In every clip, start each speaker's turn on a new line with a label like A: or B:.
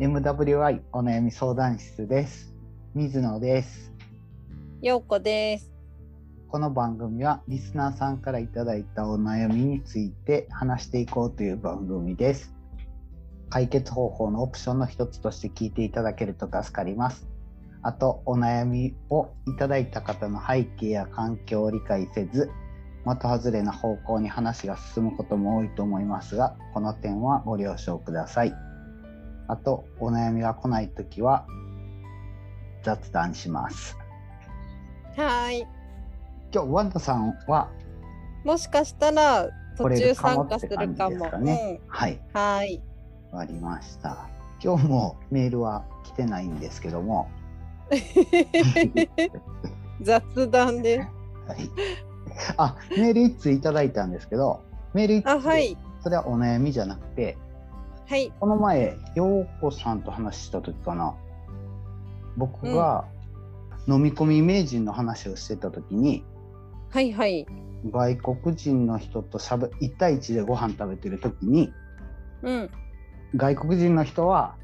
A: MWI お悩み相談室です水野です
B: ようこです。
A: この番組はリスナーさんからいただいたお悩みについて話していこうという番組です解決方法のオプションの一つとして聞いていただけると助かりますあとお悩みをいただいた方の背景や環境を理解せず的外れな方向に話が進むことも多いと思いますがこの点はご了承くださいあとお悩みが来ないときは雑談します
B: はーい。
A: 今日ワンダさんは
B: もしかしたら途中参加する
A: 来れ
B: か
A: る
B: も。
A: かもって感じですかはい
B: うん、はー い。
A: わかりました。今日もメールは来てないんですけども、
B: 雑談 です。
A: はい、あメール一通いただいたんですけど、メール一通、
B: あ、はい。
A: それはお悩みじゃなくて、
B: はい。
A: この前、陽子さんと話した時かな、僕が飲み込み名人の話をしてた時に、
B: はいはい。
A: 外国人の人としゃべ1対1でご飯食べてる時に、
B: うん。
A: 外国人の人は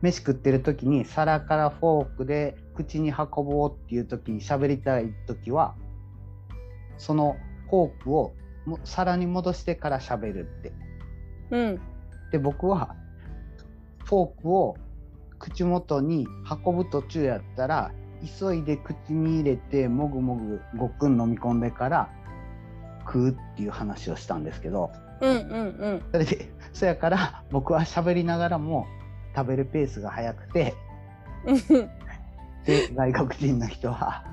A: 飯食ってる時に皿からフォークで口に運ぼうっていう時に喋りたい時はそのフォークをも皿に戻してから喋るって
B: うん。
A: で僕はフォークを口元に運ぶ途中やったら急いで口に入れてもぐもぐごっくん飲み込んでから食うっていう話をしたんですけど
B: うんうんうん。
A: それで、そやから僕は喋りながらも食べるペースが早くて、
B: うん
A: で、外国人の人は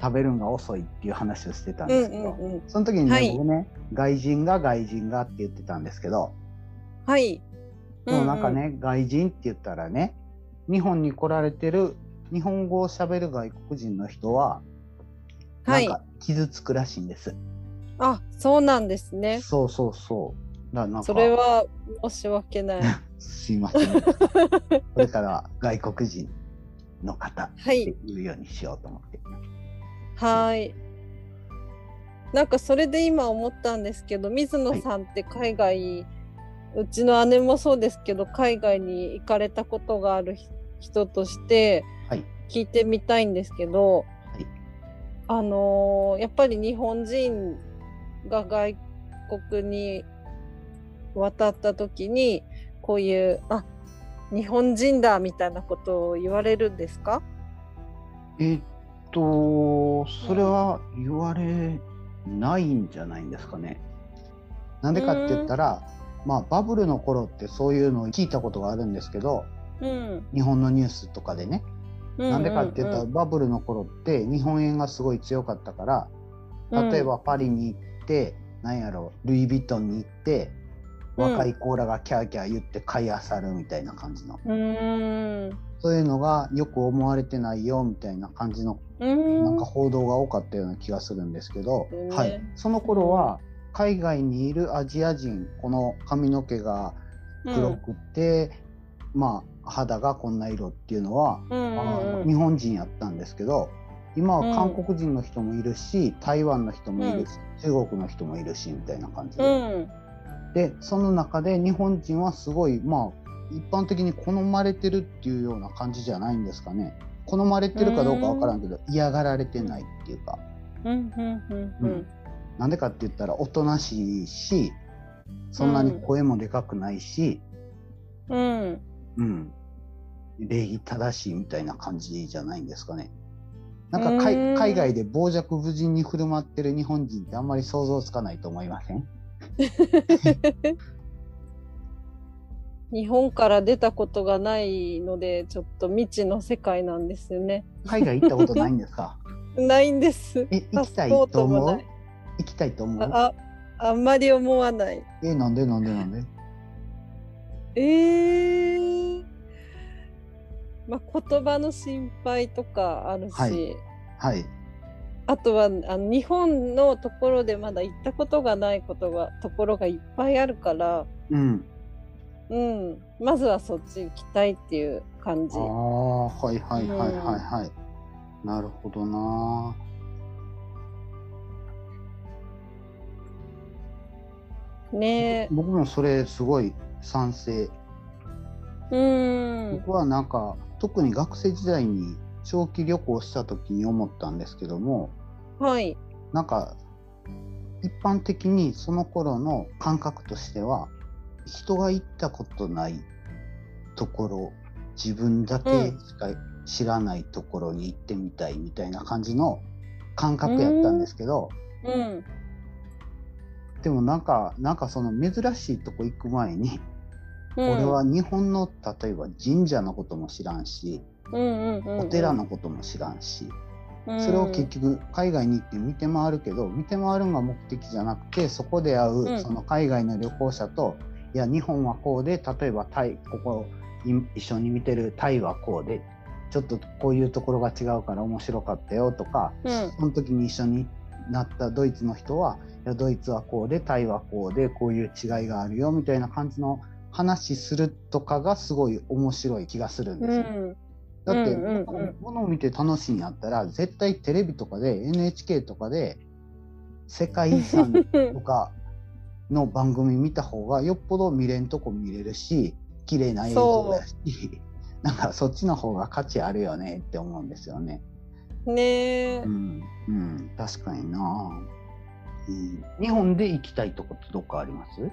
A: 食べるんが遅いっていう話をしてたん
B: う
A: で
B: ん
A: すけど、
B: うんうん。
A: その時にね、
B: はい
A: 僕ね、外人が外人がって言ってたんですけど、
B: はい。
A: でもなんかね、外人って言ったらね、日本に来られてる日本語を喋る外国人の人は、
B: うんうん。は
A: なん
B: い。
A: か傷つくらしいんです。
B: あ、そうなんですね。
A: そうそうそう。だからなんか
B: それは申し訳ない。
A: すいません。これからは外国人の方
B: は
A: って
B: い。
A: 言うようにしようと思って。
B: はーい。なんかそれで今思ったんですけど、水野さんって海外、うちの姉もそうですけど、海外に行かれたことがあるひ人として
A: はい。
B: 聞いてみたいんですけど、
A: い
B: あのーやっぱり日本人が外国に渡った時に、こういう、あ、日本人だみたいなことを言われるんですか
A: えっと、それは言われないんじゃないんですかね。なんでかって言ったら、まあバブルの頃ってそういうのを聞いたことがあるんですけど、
B: うん。
A: 日本のニュースとかでね。なんでかって言ったら、
B: うん
A: バブルの頃って日本円がすごい強かったから、
B: うん
A: 例えばパリに行って、なんやろルイ・ヴィトンに行って
B: うん
A: 若い子らがキャーキャー言って買いあさるみたいな感じの、
B: うーん。
A: そういうのがよく思われてないよみたいな感じの
B: うーん
A: なんか報道が多かったような気がするんですけど、
B: うん
A: はい、その頃は海外にいるアジア人この髪の毛が黒くて、まあ肌がこんな色っていうのは
B: うんうん
A: あの
B: うん
A: 日本人やったんですけど今は韓国人の人もいるし、台湾の人もいるし、中国の人もいるしみたいな感じ
B: う
A: で,、
B: ん
A: でその中で日本人はすごいまあ一般的に好まれてるっていうような感じじゃないんですかね好まれてるかどうかわからんけど、嫌がられてないっていうか
B: うんうんうんうん
A: なんでかって言ったらおとなしいしそんなに声もでかくないし、
B: うん
A: うん、礼儀正しいみたいな感じじゃないんですかね。なんかかい
B: うん
A: 海外で傍若無人に振る舞ってる日本人ってあんまり想像つかないと思いません
B: 日本から出たことがないのでちょっと未知の世界なんですよね
A: 海外行ったことないんです か
B: ないんです
A: え行きたい
B: パスポ
A: と
B: ートも
A: 思
B: な
A: う
B: い
A: 行きたいと思う
B: あああんまり思わない
A: えなんでなんでなんで
B: えーまあ、言葉の心配とかあるし、
A: はいはい
B: あとはあの日本のところでまだ行ったことがないことがところがいっぱいあるから、
A: うん
B: うん、まずはそっち行きたいっていう感じ
A: あ。あはいはいはいはいはい、なるほどな
B: ねえ
A: 僕もそれすごい賛成。
B: うん。
A: 僕はなんか特に学生時代に長期旅行した時に思ったんですけども
B: はい。
A: なんか一般的にその頃の感覚としては人が行ったことないところ自分だけしか知らないところに行ってみたいみたいな感じの感覚やったんですけど、
B: うん。
A: でもなんかなんかその珍しいとこ行く前に、
B: うん、
A: 俺は日本の例えば神社のことも知らんし、
B: うんうんうんうん、
A: お寺のことも知らんし、
B: うん、
A: それを結局海外に行って見て回るけど見て回るのが目的じゃなくてそこで会
B: う
A: うんその海外の旅行者と、いや日本はこうで例えばタイここい一緒に見てるタイはこうでちょっとこういうところが違うから面白かったよとか、
B: うん
A: その時に一緒になったドイツの人はいやドイツはこうでタイはこうでこういう違いがあるよみたいな感じの話するとかがすごい面白い気がするんです
B: う
A: よ。
B: ん
A: だって、
B: うんうんうん
A: 物を見て楽しいんやったら絶対テレビとかで NHK とかで世界遺産と かの番組見た方がよっぽど見れんとこ見れるし綺麗な映像だし なんかそっちの方が価値あるよねって思うんですよね。
B: ねえ
A: う、ん、うん、確かにな、うん。日本で行きたいとこってどっかあります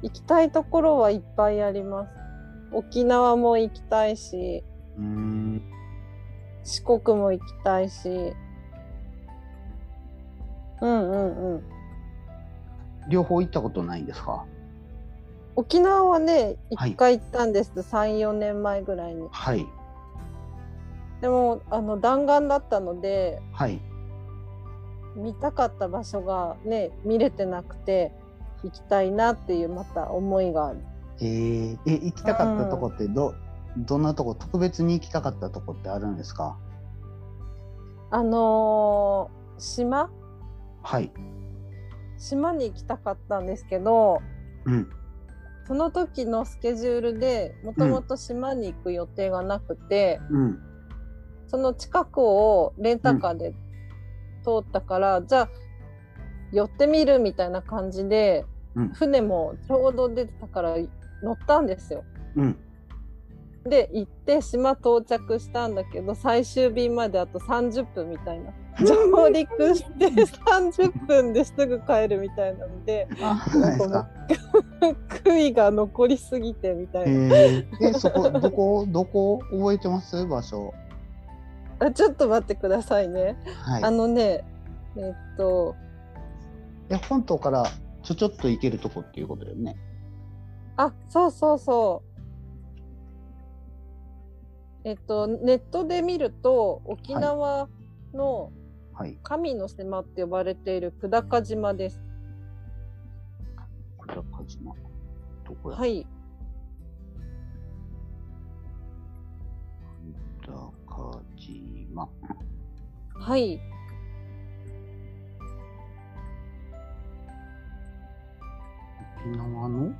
B: 行きたいところはいっぱいあります沖縄も行きたいし
A: うーん
B: 四国も行きたいしうんうんうん
A: 両方行ったことないんですか
B: 沖縄はね
A: はい
B: 一回行ったんです、34年前ぐらいに
A: はい
B: でもあの弾丸だったので
A: はい。
B: 見たかった場所がね見れてなくて行きたいなっていうまた思いがある
A: えーえ行きたかったとこってど、どんなとこ特別に行きたかったとこってあるんですか
B: あのー島
A: はい、
B: 島に行きたかったんですけど
A: うん、
B: その時のスケジュールでもともと島に行く予定がなくて、
A: うん
B: その近くをレンタカーで通ったから、じゃあ寄ってみるみたいな感じで、
A: うん
B: 船もちょうど出てたから乗ったんですよ。
A: うん
B: で行って島到着したんだけど最終便まであと30分みたいな上陸して30分ですぐ帰るみたいなので
A: あそうなんですか
B: 悔いが残りすぎてみたい
A: え
B: な。
A: ー、えそこどこどこ覚えてます場所
B: あちょっと待ってくださいね。
A: はい
B: あのね、えっと、
A: え本島からちょちょっと行けるとこっていうことだよね
B: あ、そうそうそう。えっと、ネットで見ると、沖縄の
A: はい
B: 神の島って呼ばれている久高島です。
A: 久高島どこや、
B: はい。
A: 久高島
B: はい。
A: 沖縄の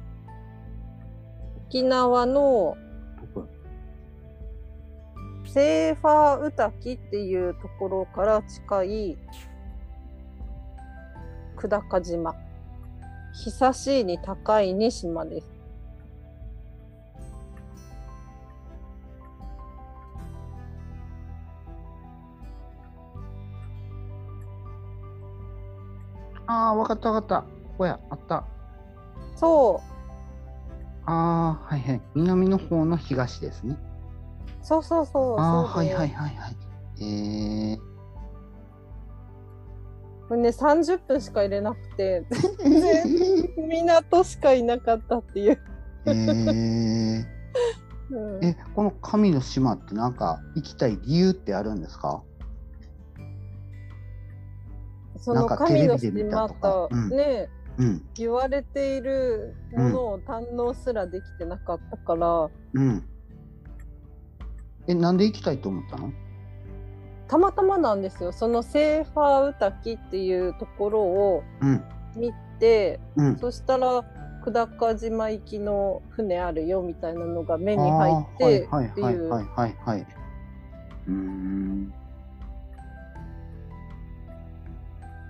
B: 沖縄の
A: どこや
B: セーファーウタキっていうところから近い久高島。久しいに高いに島です。
A: ああわかったわかったここやあった
B: そう。
A: ああーはいはい南の方の東ですね
B: そうそうそう。
A: ああ
B: そ
A: は
B: うだ
A: い
B: よ
A: はいはいはいえー、
B: これね、30分しか入れなくて、全然港しかいなかったっていう。
A: えー、
B: うん
A: えこの神の島ってなんか行きたい理由ってあるんですか
B: そ
A: な
B: の
A: んか
B: 神の
A: テレビで見た
B: 島
A: とか
B: と
A: うん
B: ね、
A: うん
B: 言われているものを堪能すらできてなかったから、
A: うんえなんで行きたいと思ったの
B: たまたまなんですよ。そのセーファーウタキっていうところを
A: うん
B: 見て、
A: うん
B: そしたら、久高島行きの船あるよみたいなのが目
A: 手
B: に入ってって
A: はい
B: いう
A: はいはいはいはいうーん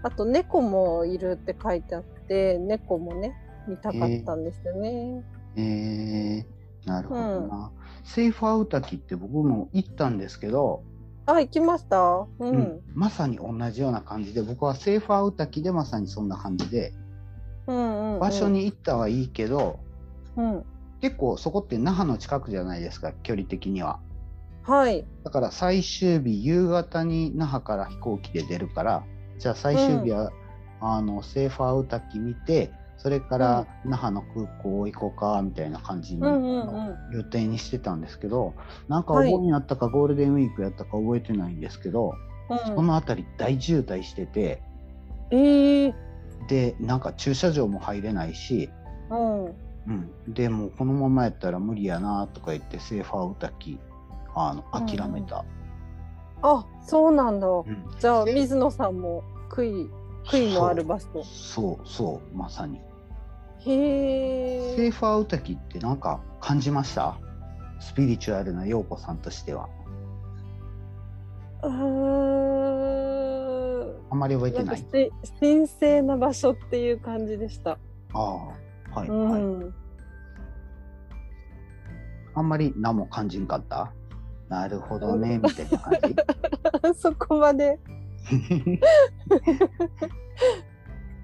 B: あと猫もいるって書いてあって、猫もね、見たかったんですよね。
A: ええー、なるほどな。セイフアウタキって僕も行ったんですけど、
B: あ、行きましたう
A: うんん。まさに同じような感じで僕はセーフアウタキでまさにそんな感じで
B: うんうん。
A: 場所。に行ったはいいけど、
B: うん。
A: 結構そこって那覇の近くじゃないですか距離的には
B: はい。
A: だから最終日夕方に那覇から飛行機で出るからじゃあ最終日は、あのセーフアウタキ見てそれから那覇の空港行こうかみたいな感じに、
B: うんうん
A: あの
B: うん。
A: 予定にしてたんですけどなんかお
B: はい
A: 盆やったかゴールデンウィークやったか覚えてないんですけど、その辺り大渋滞してて。
B: うん、ええ
A: でなんか駐車場も入れないし、
B: うん。
A: うん、でもうこのままやったら無理やなとか言ってセーファー歌きあの
B: うんうん
A: 諦めた、
B: あ、そうなんだ。
A: うん
B: じゃあ、
A: せ
B: 水野さんも悔い、悔いのある場所。
A: そうそうまさに
B: へ
A: セー
B: え。
A: ファー歌きってなんか感じましたスピリチュアルな陽子さんとしては
B: うーん。
A: あまり覚え
B: な
A: て
B: ん
A: な
B: か
A: い
B: し神聖な場所っていう感じでした。
A: ああはい、
B: う
A: はい、
B: ん。
A: あんまり何も感じんかったなるほどねみたいな感じ
B: そこまで。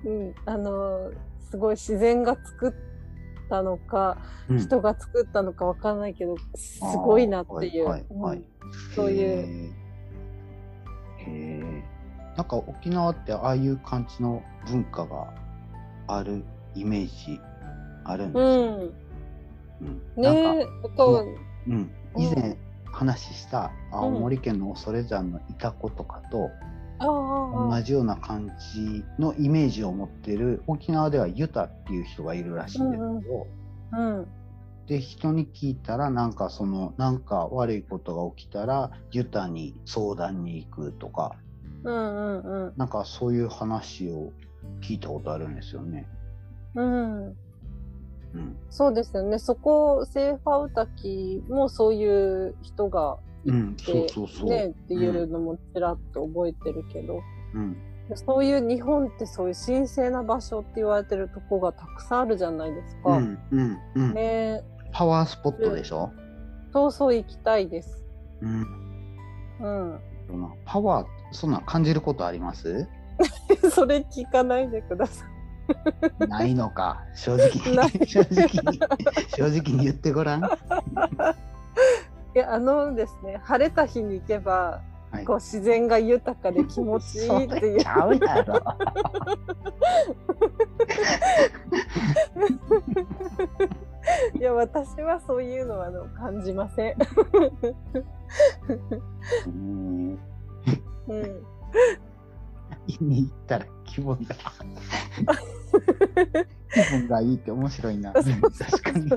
B: うん、あのすごい自然が作ったのか、
A: うん
B: 人が作ったのかわかんないけどすごいなっていう、
A: あーはいはいはい。
B: うんそういう
A: へえ。なんか沖縄ってああいう感じの文化があるイメージあるんですよ。
B: うん、
A: うん。なん
B: ね
A: か、
B: えと
A: うん、
B: うん
A: 以前話した青
B: うん
A: 森県の恐山のイタコとかと
B: ああ
A: 同じような感じのイメージを持ってる沖縄ではユタっていう人がいるらしいんですけど。
B: うん
A: で人に聞いたらなんかそのなんか悪いことが起きたらユタに相談に行くとか
B: うんうん
A: なんかそういう話を聞いたことあるんですよね。
B: うんうん
A: うん、
B: そうですよねそこセーファウタキもそういう人が
A: うん、
B: で
A: そうそうそう。
B: ねっていうのもちらっと覚えてるけど、
A: うん、
B: そういう日本ってそういう神聖な場所って言われてるとこがたくさんあるじゃないです
A: う
B: か。
A: ん、うん、うん、
B: ね
A: パワースポットでしょ。
B: そうそう行きたいです。
A: うん、
B: うん。
A: そのパワーそんなん感じることあります？
B: それ聞かないでください。
A: ないのか。正直
B: ない
A: に正直に正直に言ってごらん。はい
B: や、あのですね、晴れた日に行けば、
A: い
B: こう。自然が豊かで気持ちいいって いう
A: ち。ゃうやろ。
B: いや、私はそういうのはあの感じません。
A: うん
B: うん。
A: 見に行ったら気分が 気分がいいって面白いな。
B: そうそうそう
A: 確かに。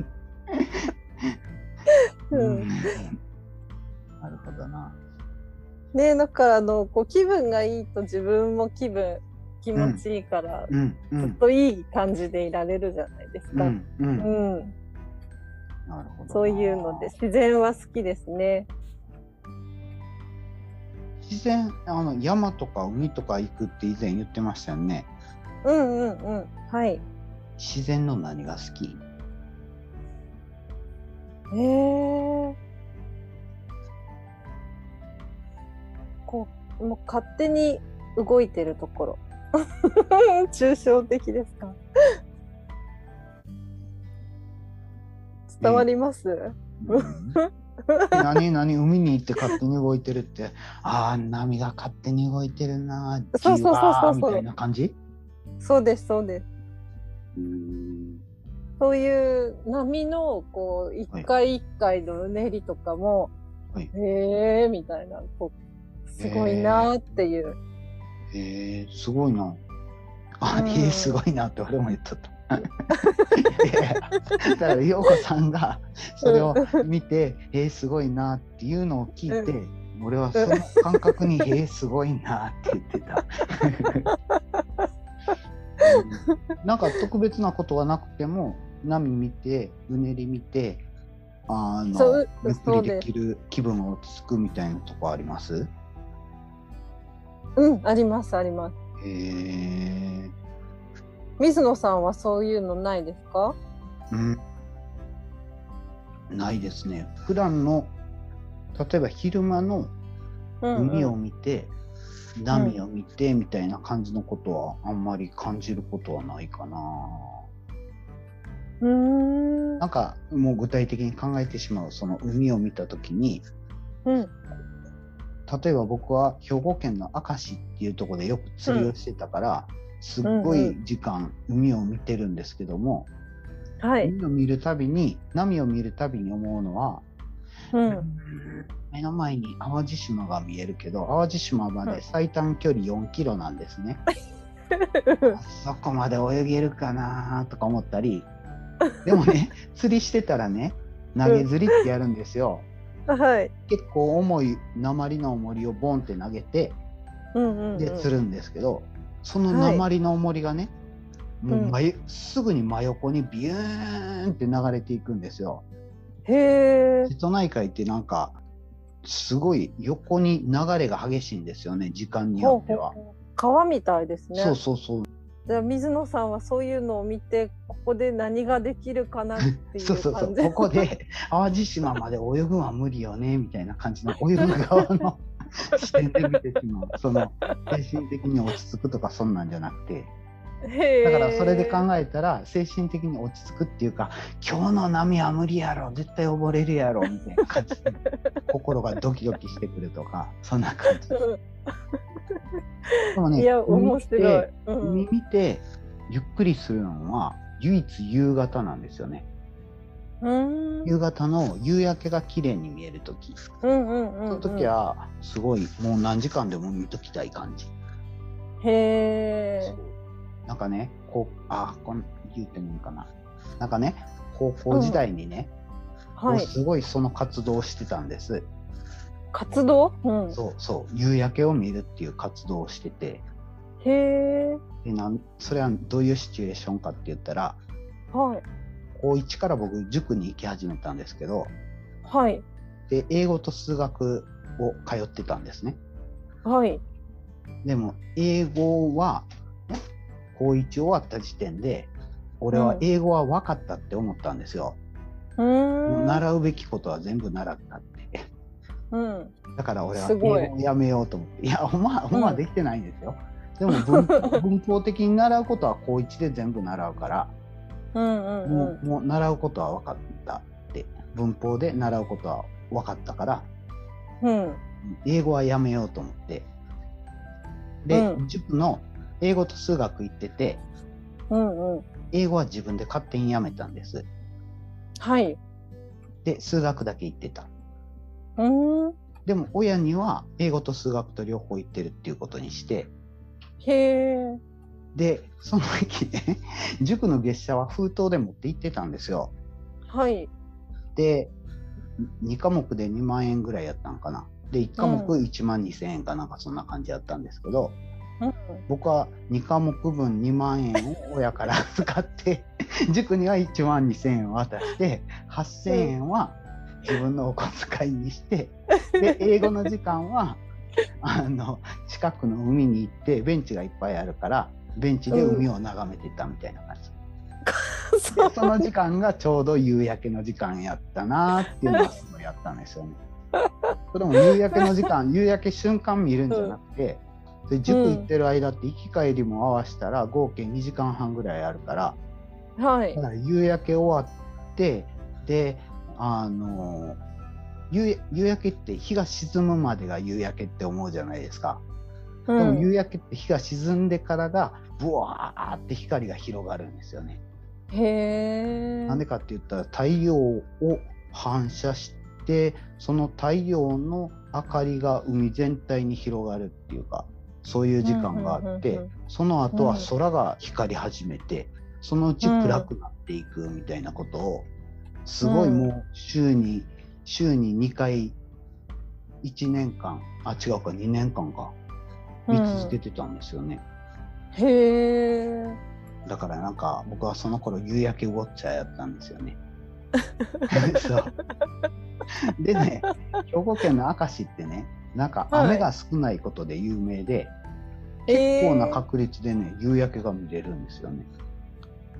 B: う
A: うん
B: ん、
A: なるほどな。
B: ねだからあのこう気分がいいと自分も気分気持ちいいから、
A: うんう
B: ずっ
A: ん
B: といい感じでいられるじゃないです
A: う
B: か。
A: んうん。なる
B: う
A: ほ
B: ん、
A: どな。
B: そういうので自然は好きですね。
A: 自然あの山とか海とか行くって以前言ってましたよね。
B: うんうんうん。はい。
A: 自然の何が好き？
B: えー、こうもう勝手に動いてるところ。 抽象的ですか。伝わります。
A: うん 何何海に行って勝手に動いてるってああ波が勝手に動いてるなー
B: そうそうそうそ
A: じわ
B: うそう
A: ーみたいな感じ
B: そうですそうです。
A: うん
B: そういう波のこう一
A: はい
B: 回一回のうねりとかも、
A: はい
B: えーみたいなこうすごいなーっていう。
A: えー、すごいな。あ、
B: うん
A: えーすごいなって俺も言っとった。いやいやだから陽子さんがそれを見て「えー、すごいな」っていうのを聞いて、俺はその感覚に「えー、すごいな」って言って た。うんなんか特別なことはなくても波見てうねり見てあ
B: そ
A: の
B: う
A: ゆっく
B: そう
A: り
B: で
A: ですきる気分が落ち着くみたいなとこあります
B: うんありますあります。
A: へえ
B: 水野さんはそういうのないですか？
A: うん、ないですね普段の例えば昼間の
B: うんうん
A: 海を見て、波を見てみたいな感じのことはあんまり感じることはないかな。
B: うーん
A: なんかもう具体的に考えてしまうその海を見た時に
B: うん
A: 例えば僕は兵庫県の明石っていうところでよく釣りをしてたから、すっごい時間海を見てるんですけども、
B: はい、
A: 海を見るたびに波を見るたびに思うのは、
B: うん、
A: 目の前に淡路島が見えるけど淡路島まで最短距離4キロなんですね。あそこまで泳げるかなとか思ったりでもね釣りしてたらね投げ釣りってやるんですよ。
B: はい、
A: 結構重い鉛の重りをボンって投げて
B: うんうん、うん、
A: で釣るんですけど、その鉛の重りがね、もう真すぐに真横にビューンって流れていくんですよ。
B: へえ、
A: 瀬戸内海ってなんかすごい横に流れが激しいんですよね時間によっては。
B: ほうほう川みたいですね。
A: そうそうそう
B: じゃあ水野さんはそういうのを見てここで何ができるかなっていう
A: そ
B: 感
A: うそうそ
B: じ。
A: うここで 淡路島まで泳ぐのは無理よねみたいな感じの泳ぐ側 の視点で見てしまうその精神的に落ち着くとかそんなんじゃなくて
B: へえ
A: だからそれで考えたら精神的に落ち着くっていうか今日の波は無理やろ絶対溺れるやろみたいな感じで心がドキドキしてくるとかそんな感じ。でもね
B: いや
A: 海って
B: 面白い。うん
A: 海見てゆっくりするのは唯一夕方なんですよね
B: うんうん
A: 夕方の夕焼けが綺麗に見える時
B: うんうん。
A: その時。はすごいもう何時間でも見ときたい感じ、
B: へえ。
A: なんかねこうあこん言うてもいいのかななんかね高校時代にね、
B: は
A: こ。
B: いう
A: すごいその活動をしてたんです、
B: 活動？うん。
A: そうそう夕焼けを見るっていう活動をしてて
B: へえ。
A: でなんそれはどういうシチュエーションかって言ったら
B: はい
A: 高1から僕塾に行き始めたんですけど
B: はい
A: で英語と数学を通ってたんですね
B: はい。
A: でも英語は、ね、高1終わった時点で俺は英語は分かったって思ったんですよ、
B: う。
A: もうん習うべきことは全部習ったって
B: うん。
A: だから俺は英
B: すごい
A: 語をやめようと思っていやほんまほんま
B: うん
A: できてないんですよ、でも文 文法的に習うことは高1で全部習うから、
B: うんうんう
A: も
B: ん。
A: うもう習うことは分かったって文法で習うことは分かったから
B: うん。
A: 英語はやめようと思ってで、
B: うん
A: 塾の英語と数学行ってて
B: うんうん。
A: 英語は自分で勝手にやめたんです
B: はい。
A: で数学だけ行ってた
B: うん。
A: でも親には英語と数学と両方行ってるっていうことにして
B: へえ。
A: でその時ね 塾の月謝は封筒で持って行ってたんですよ
B: はい。
A: で2科目で2万円ぐらいやったんかなで1科目
B: う
A: 1万2000円かなんかそんな感じやったんですけど、
B: うん。
A: 僕は2科目分2万円を親から預かって 塾には1万2,000円渡して8,000円は自分のお小遣いにしてで英語の時間は あの近くの海に行ってベンチがいっぱいあるからベンチで海を眺めてたみたいな感じ、
B: そう
A: でその時間がちょうど夕焼けの時間やったなっていうのがすごいあったんですよね。 それも夕焼けの時間夕焼け瞬間見るんじゃなくて、で塾行ってる間って行き帰りも合わせたら合計2時間半ぐらいあるから
B: はい
A: だ。から夕焼け終わってであの夕夕焼けって日が沈むまでが夕焼けって思うじゃないですか。
B: う
A: でも
B: ん。
A: 夕焼けって日が沈んでからがブワーって光が広がるんですよね。
B: へえ。
A: なんでかって言ったら太陽を反射してその太陽の明かりが海全体に広がるっていうかそういう時間があっ
B: うん
A: て
B: うんうんうん
A: その後は
B: うん
A: 空が光り始めてそのうち暗くなっていくみたいなことをすごいもう週に週に2回1年間あ違うか2年間か見続けてたんですよね。
B: へえ。
A: だからなんか僕はその頃夕焼けウォッチャーやったんですよ ね。そうでね兵庫県の明石ってねなんか
B: はい
A: 雨が少ないことで有名で、
B: え
A: 結構
B: ー
A: な確率でね夕焼けが見れるんですよね。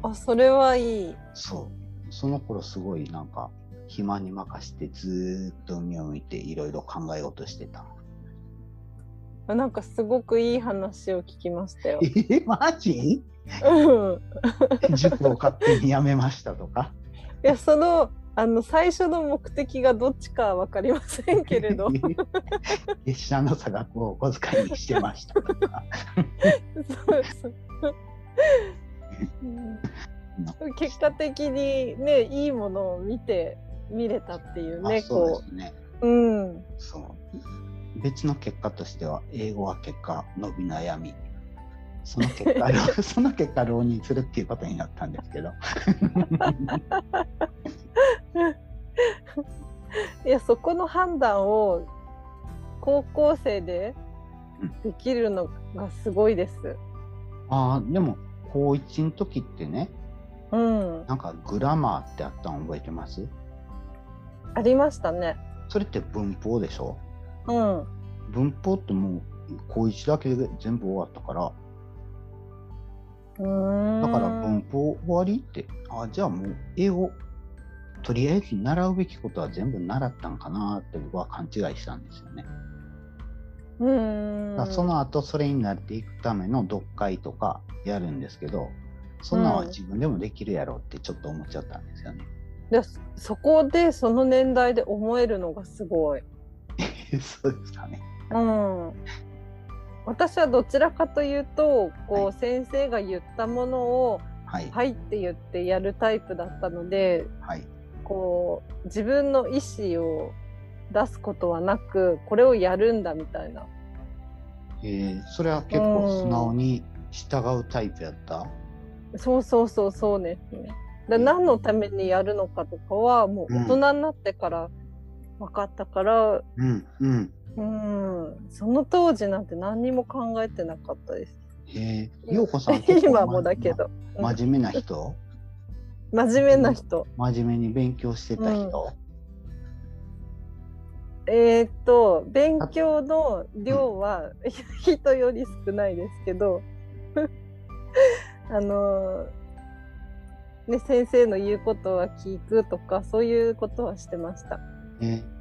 B: あそれはいい。
A: そうその頃すごいなんか暇に任せてずーっと海を見ていろいろ考えようとしてた。
B: あなんかすごくいい話を聞きましたよ
A: え。ー、マジ
B: うん
A: 塾を勝手に辞めましたとか。
B: いやそのあの最初の目的がどっちかは分かりません けれど。
A: 月謝の差額をお小遣いにしてましたとか。
B: そうそううん結果的にねいいものを見て見れたっていうね
A: あそう
B: こ
A: ですね。
B: ううん
A: そう。別の結果としては、英語は結果伸び悩み。その結果、浪その結果浪人するっていうことになったんですけど。
B: いやそこの判断を高校生で
A: うん
B: できるのがすごいです。
A: ああ、でも、高1の時ってね、
B: うん、
A: なんかグラマーってあったの覚えてます
B: ありましたね。
A: それって文法でしょ
B: うん、
A: 文法ってもう高1だけで全部終わったから、
B: うーん
A: だから文法終わりって、あじゃあもう英語、とりあえず習うべきことは全部習ったんかなって僕は勘違いしたんですよね。
B: うー
A: だから
B: ん
A: その後それになっていくための読解とかやるんですけど、そんなんは自分でもできるやろうってちょっと思っちゃったんですよね。
B: でそそこでその年代で思えるのがすごい。
A: そうですかね。
B: うん、私はどちらかというとこう、
A: はい
B: 先生が言ったものを
A: はい
B: 「はい」って言ってやるタイプだったので
A: はい
B: こう自分の意思を出すことはなくこれをやるんだみたいな。
A: えーそれは結構素直に従うタイプやった。
B: そうそうそうそうですね。で
A: うん
B: 何のためにやるのかとかはもう大人になってから分かったから、
A: うんうん。
B: うん、その当時なんて何にも考えてなかったです。
A: えー、ようこさん結構
B: 今もだけど。
A: ま真面目な人
B: 真面目な人。
A: 真面目に勉強してた人、
B: えーっと勉強の量は 人より少ないですけど あのーね先生の言うことは聞くとかそういうことはしてました。
A: えー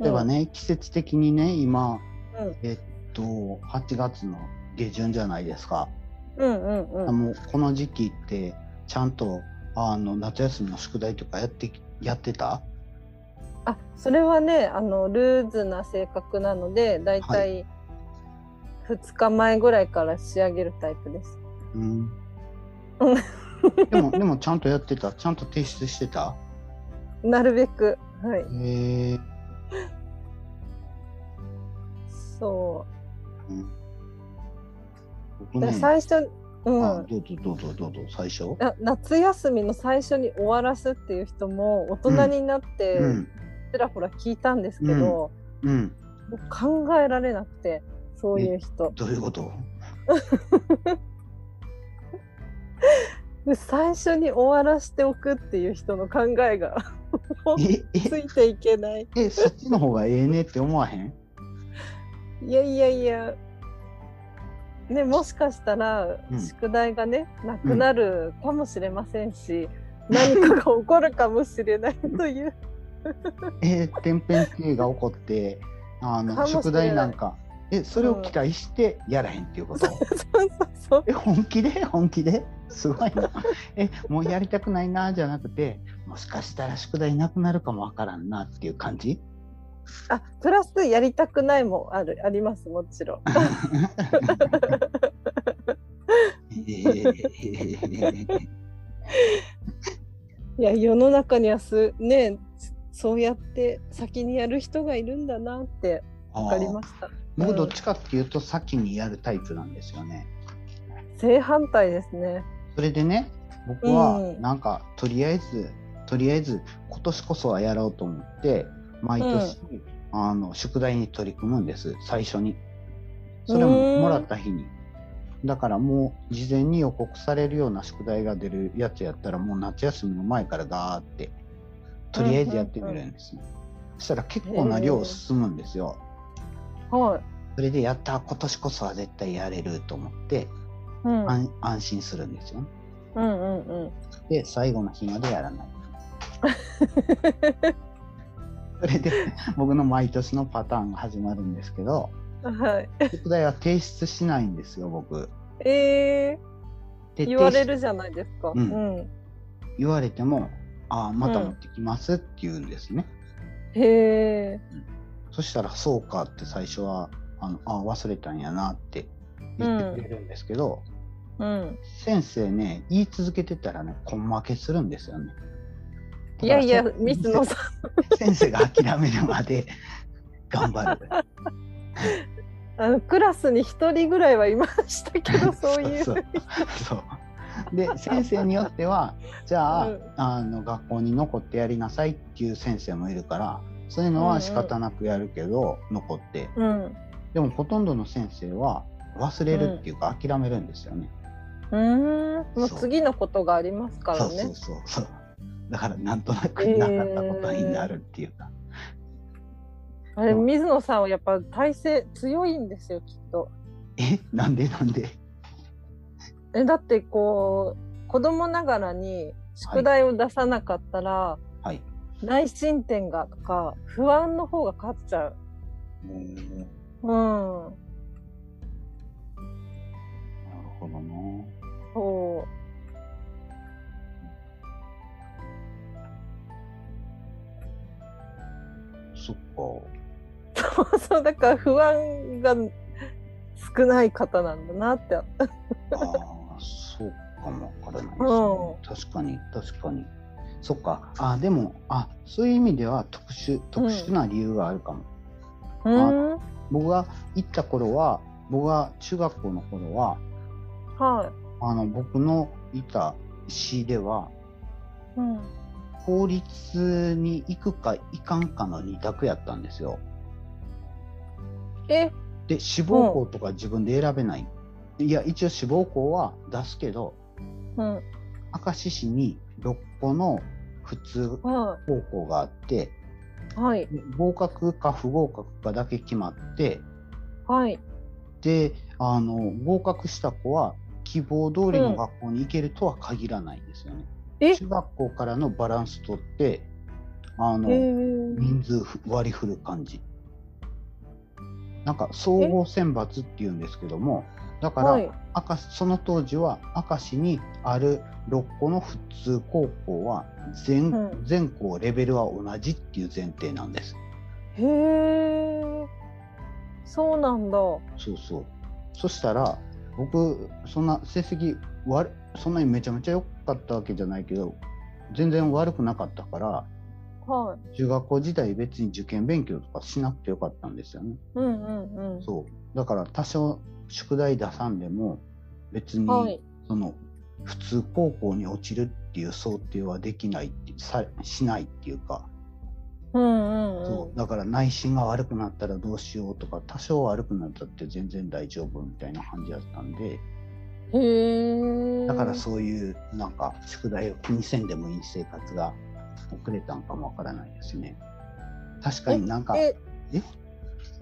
A: 例えばね、季節的にね今、
B: うん
A: えっと8月の下旬じゃないですか、
B: うんうんうん。
A: もうこの時期ってちゃんとあの夏休みの宿題とかやってきやってた
B: あそれはねあのルーズな性格なのでだいたい2日前ぐらいから仕上げるタイプです。
A: うん
B: う
A: でもで もちゃんとやってたちゃんと提出してた
B: なるべくはい
A: へえ、
B: そう
A: うん、僕
B: だから
A: ね
B: 最初、う
A: あ
B: ん、
A: どうぞどうぞどうぞ最初
B: な夏休みの最初に終わらすっていう人も大人になって
A: うん
B: ちらほら聞いたんですけど、も
A: うん
B: う考えられなくてそういう人
A: どういうこと
B: で最初に終わらしておくっていう人の考えが
A: え
B: つ
A: え
B: いていけない
A: えそっちの方がええねって思わへん
B: いやいやいやねもしかしたら
A: うん
B: 宿題がね、なくなるかもしれませんし、何かが起こるかもしれないという
A: えー、天変地異が起こってあ
B: か
A: の
B: もしれない
A: 宿題なんかえそれを期待してやらへんっていうこと、
B: そうそうそう
A: え本気で本気ですごいなえもうやりたくないなじゃなくてもしかしたら宿題なくなるかもわからんなっていう感 じ
B: あプラスやりたくないもあるありますもちろん。
A: えー
B: いや世の中にはすねそうやって先にやる人がいるんだなって
A: あ
B: 分かり
A: ー
B: ました。
A: 僕どっちかっていうと先にやるタイプなんですよね。
B: 正反対ですね。
A: それでね僕は
B: うん
A: なんかとりあえずとりあえず今年こそはやろうと思って毎年、あの宿題に取り組むんです最初にそれ
B: う
A: も
B: ん
A: もらった日にだからもう事前に予告されるような宿題が出るやつやったらもう夏休みの前からガーってとりあえずやってみるんです、そしたら結構な量進むんですよ、
B: はい。
A: それでやった今年こそは絶対やれると思って、
B: うん、うん
A: 安安心するんですよね
B: うんうん
A: で最後の日までやらないそれで僕の毎年のパターンが始まるんですけど
B: はい。
A: 宿題は提出しないんですよ僕。
B: え
A: で
B: ー、言われ
A: 提出
B: るじゃないですか。
A: う
B: うんん。
A: 言われても「ああまた持ってきます」って言うんですね。
B: へえ。
A: そしたら「そうか」って最初は「あのあ忘れたんやな」って言ってくれるんですけど、
B: うん。
A: 先生ね言い続けてたらね根負けするんですよね。
B: いやいや、
A: だから
B: ミスのさ
A: 先生が諦めるまで頑張る。
B: ん、 あのクラスに一人ぐらいはいましたけど、 そういう。
A: そうそうそうで先生によってはじゃあ,、
B: うん
A: あの学校に残ってやりなさいっていう先生もいるからそういうのは仕方なくやるけど、残って
B: うん。
A: でもほとんどの先生は忘れるっていうか諦めるんですよね。
B: うーん。もう
A: そう
B: 次のことがありますか
A: そ
B: ら
A: うそう
B: ね。
A: そうそうだからなんとなくなかったことになるっていうか、
B: あれ、水野さんはやっぱ体勢強いんですよ、きっと。
A: えなんでなんで
B: え、だってこう、子供ながらに宿題を出さなかったら、
A: はい。
B: 内申点がとか、不安の方が勝っちゃう。
A: うんなる
B: うん。
A: ほどね。
B: そう。
A: そっか。
B: そうそうだから不安が少ない方なんだなって。
A: ああ、そうかもわからないですね
B: う
A: 確かに、確かに。そっか、あーでも、あそういう意味では特殊、特殊な理由があるかも。
B: うーん。
A: 僕が行った頃は、僕が中学校の頃は、
B: は
A: あの、僕のいた市では、
B: い。うん。
A: 公立に行くか行かんかの二択やったんですよ。
B: え、
A: で、志望校とか自分で選べない。いや、一応志望校は出すけど、
B: うん。はい。
A: 明石市に6個の普通高校があって、
B: はい。
A: 合格か不合格かだけ決まって
B: はい。
A: であの合格した子は希望通りの学校に行けるとは限らないんですよね。
B: え
A: 中学校からのバランス取ってあ
B: え
A: の、
B: ー、
A: 人数割り振る感じ。なんか総合選抜っていうんですけどもだから、
B: はい。
A: 明石その当時は明石にある6個の普通高校は全,、
B: うん
A: 全校レベルは同じっていう前提なんです。
B: へえ。そうなんだ。
A: そうそう。そしたら僕そんな成績悪そんなにめちゃめちゃ良かったわけじゃないけど全然悪くなかったから
B: はい。
A: 中学校時代別に受験勉強とかしなくてよかったんですよね。
B: うんうんうん。
A: そうだから多少宿題出さんでも別に、
B: はい。
A: その普通高校に落ちるっていう想定はできないってさしないっていうか、
B: うんうんうん。
A: そうだから内心が悪くなったらどうしようとか多少悪くなったって全然大丈夫みたいな感じだったんで。
B: へえ。
A: だからそういうなんか宿題を気にせんでもいい生活が遅れたんかもわからないですね。確かになんか、
B: え、
A: え
B: 例
A: わ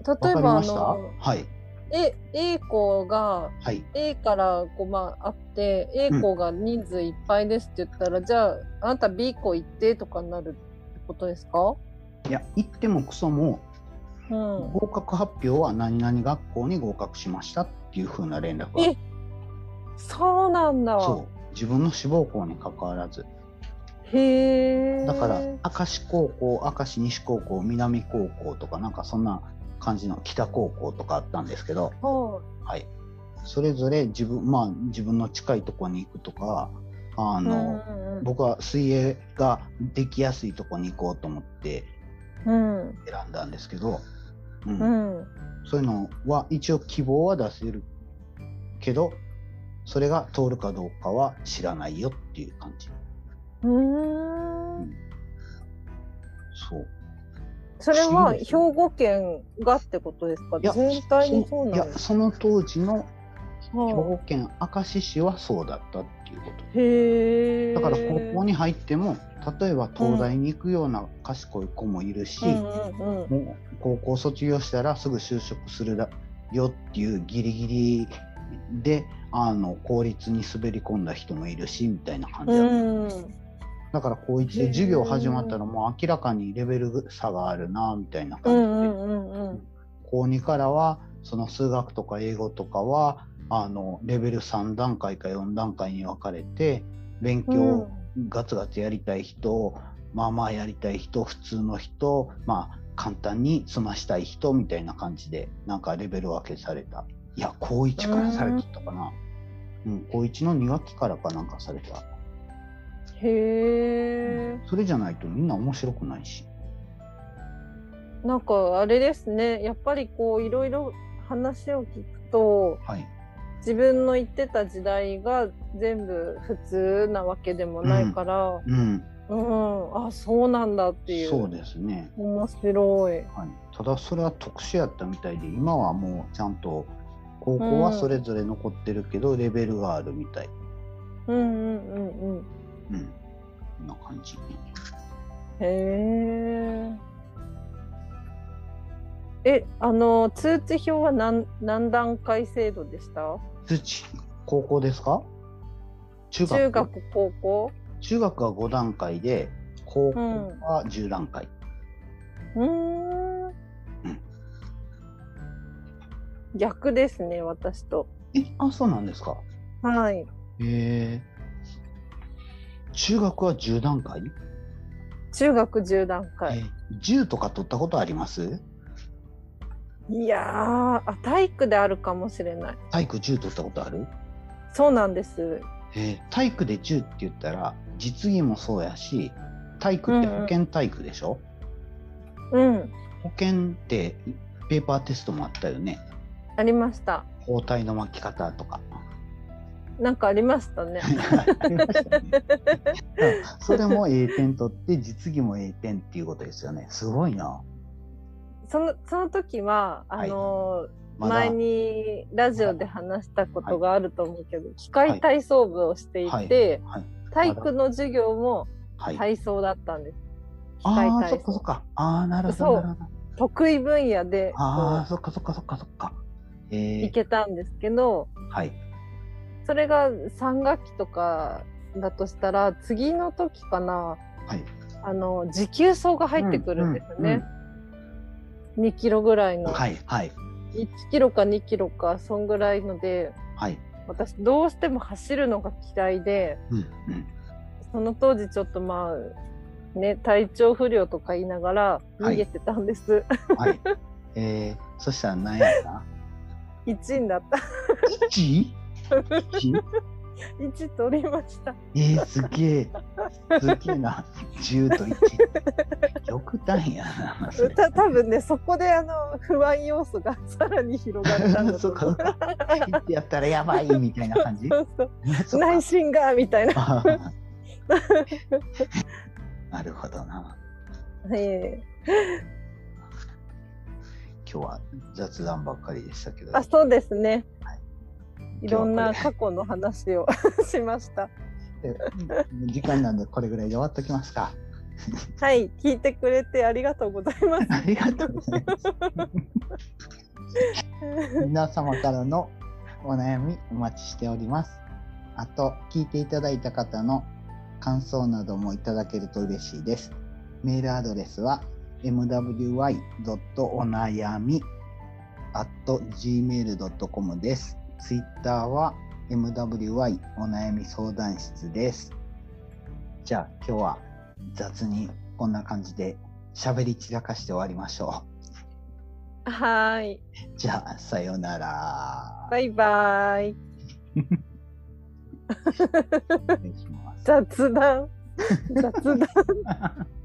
B: え
A: かり
B: ば
A: ま
B: あ
A: した
B: の、
A: はい、
B: え、A 子が、
A: はい
B: A からこうまああって A
A: うん
B: 子が人数いっぱいですって言ったら、じゃああなた B 子行ってとかになるってことですか
A: いや行ってもクソも
B: うん。
A: 合格発表は何々学校に合格しましたっていう風な連絡
B: えそうなんだ。
A: がそう自分の志望校に関わらず
B: へえ。
A: だから明石高校明石西高校南高校とかなんかそんな感じの北高校とかあったんですけど、
B: は
A: はい、それぞれ自分,、まあ、自分の近いところに行くとかあ
B: い。
A: の、
B: うん
A: 僕は水泳ができやすいところに行こうと思って
B: うん
A: 選んだんですけど、うん
B: うん。うん。
A: そういうのは一応希望は出せるけどそれが通るかどうかは知らないよっていう感じ
B: うん。うん
A: そう
B: それ
A: そう
B: は
A: で
B: 兵
A: すよ
B: 庫県がってことですか
A: いや
B: 全体にそうなん
A: い
B: で
A: や
B: す
A: その当時の兵
B: は
A: 庫県明石市はそうだったっていうこと
B: いへえ。
A: だから高校に入っても例えば東大に行くような賢い子もいるし、
B: うんうんうん。
A: もう高校卒業したらすぐ就職するだよっていうギリギリであの公立に滑り込んだ人もいるしみたいな感じだ,、
B: うん。
A: だだから高1で授業始まったらもう明らかにレベル差があるなみたいな
B: う
A: 感じで、
B: んうんうんうん。
A: 高2からはその数学とか英語とかはあのレベル3段階か4段階に分かれて勉強をガツガツやりたい人、まあまあやりたい人普通の人まあ簡単に済ましたい人みたいな感じでなんかレベル分けされたいや高1からされてたかな、うん、高1の2学期からかなんかされた、
B: へえ。
A: それじゃないとみんな面白くないし
B: なんかあれですね。やっぱりこういろいろ話を聞くと、
A: はい
B: 自分の言ってた時代が全部普通なわけでもないから、うん、
A: うん
B: あ、そうなんだっていう。
A: そうですね
B: 面白い。
A: はい、ただそれは特殊やったみたいで今はもうちゃんと高校はそれぞれ残ってるけど、レベルがあるみたい、
B: うんうんうんうん。
A: うん、こんな感じ
B: へえ。え、あの通知表は何何段階制度でした？
A: 土高校ですか中学
B: 中学高校？
A: 中学は5段階で高校は10段階、
B: うーん。逆ですね、私と。
A: えあそうなんですか
B: はい。
A: へえ中学は10段階、
B: 中学10段階。
A: え10とか取ったことあります
B: いやー、あ体育であるかもしれない。
A: 体育10取ったことある
B: そうなんです。
A: えー体育で10って言ったら実技もそうやし体育って保健体育でしょ、
B: うん、
A: 保健ってペーパーテストもあったよね
B: ありました。
A: 包帯の巻き方とか
B: なんかありましたね。
A: ありましたねうんそれも A 点取って実技も A 点っていうことですよねすごいな
B: そのその時はあ
A: はい
B: のー
A: まだ
B: 前にラジオで話したことがあると思うけど、機械体操部をしていて、
A: はいはい
B: 体育の授業も
A: はい、
B: 体操だったんです。機械
A: ああそっ
B: 体
A: かそっ
B: 操。
A: かああなるほ
B: そう
A: どなるほど
B: 得意分野で
A: ああ
B: こ
A: そっかそっかそっかそっかえ
B: う
A: ー
B: い、けたんですけど、
A: はい
B: それが3学期とかだとしたら、次の時かな、
A: はい
B: あの、持久走が入ってくるんですよね。2キロぐらい
A: うんうんうん
B: の。
A: はいはい
B: 1キロか2キロか、そんぐらいので、
A: はい
B: 私どうしても走るのが嫌いで、
A: うんうん
B: その当時ちょっとまあ、ね、体調不良とか言いながら
A: はい
B: 逃げてたんです。
A: はい えー、そしたら何やった
B: 一1位になった。
A: 一
B: 1取りました。
A: えー、すげえ。すげえな。10と1。極端やな。それ
B: た多分ね、そこであの、不安要素が さらに広がったんだ と
A: そっかそ
B: 思
A: っ
B: う。
A: か。切ってやったらやばいみたいな感 じ。
B: そうそう
A: そっか
B: 内心がみたいな。
A: あー なるほどな。
B: ええ
A: 今日は雑談ばっかりでしたけど。
B: あ、そうですね。いろんな
A: 今日は
B: 過去の話を しました。
A: え時間なんでこれぐらいで終わっときますか。
B: はい、聞いてくれてありがとうござい ます。
A: ありがとうございます。皆様からのお悩みお待ちしております。あと、聞いていただいた方の感想などもいただけると嬉しいです。メールアドレスは mwy.onayami.gmail.com です。ツイッターは mwy お悩み相談室です。じゃあ今日は雑にこんな感じで喋り散らかして終わりましょ
B: はーい、
A: う。じゃあさようなら。
B: バイバイ。
A: お願いします。
B: 雑談。雑談。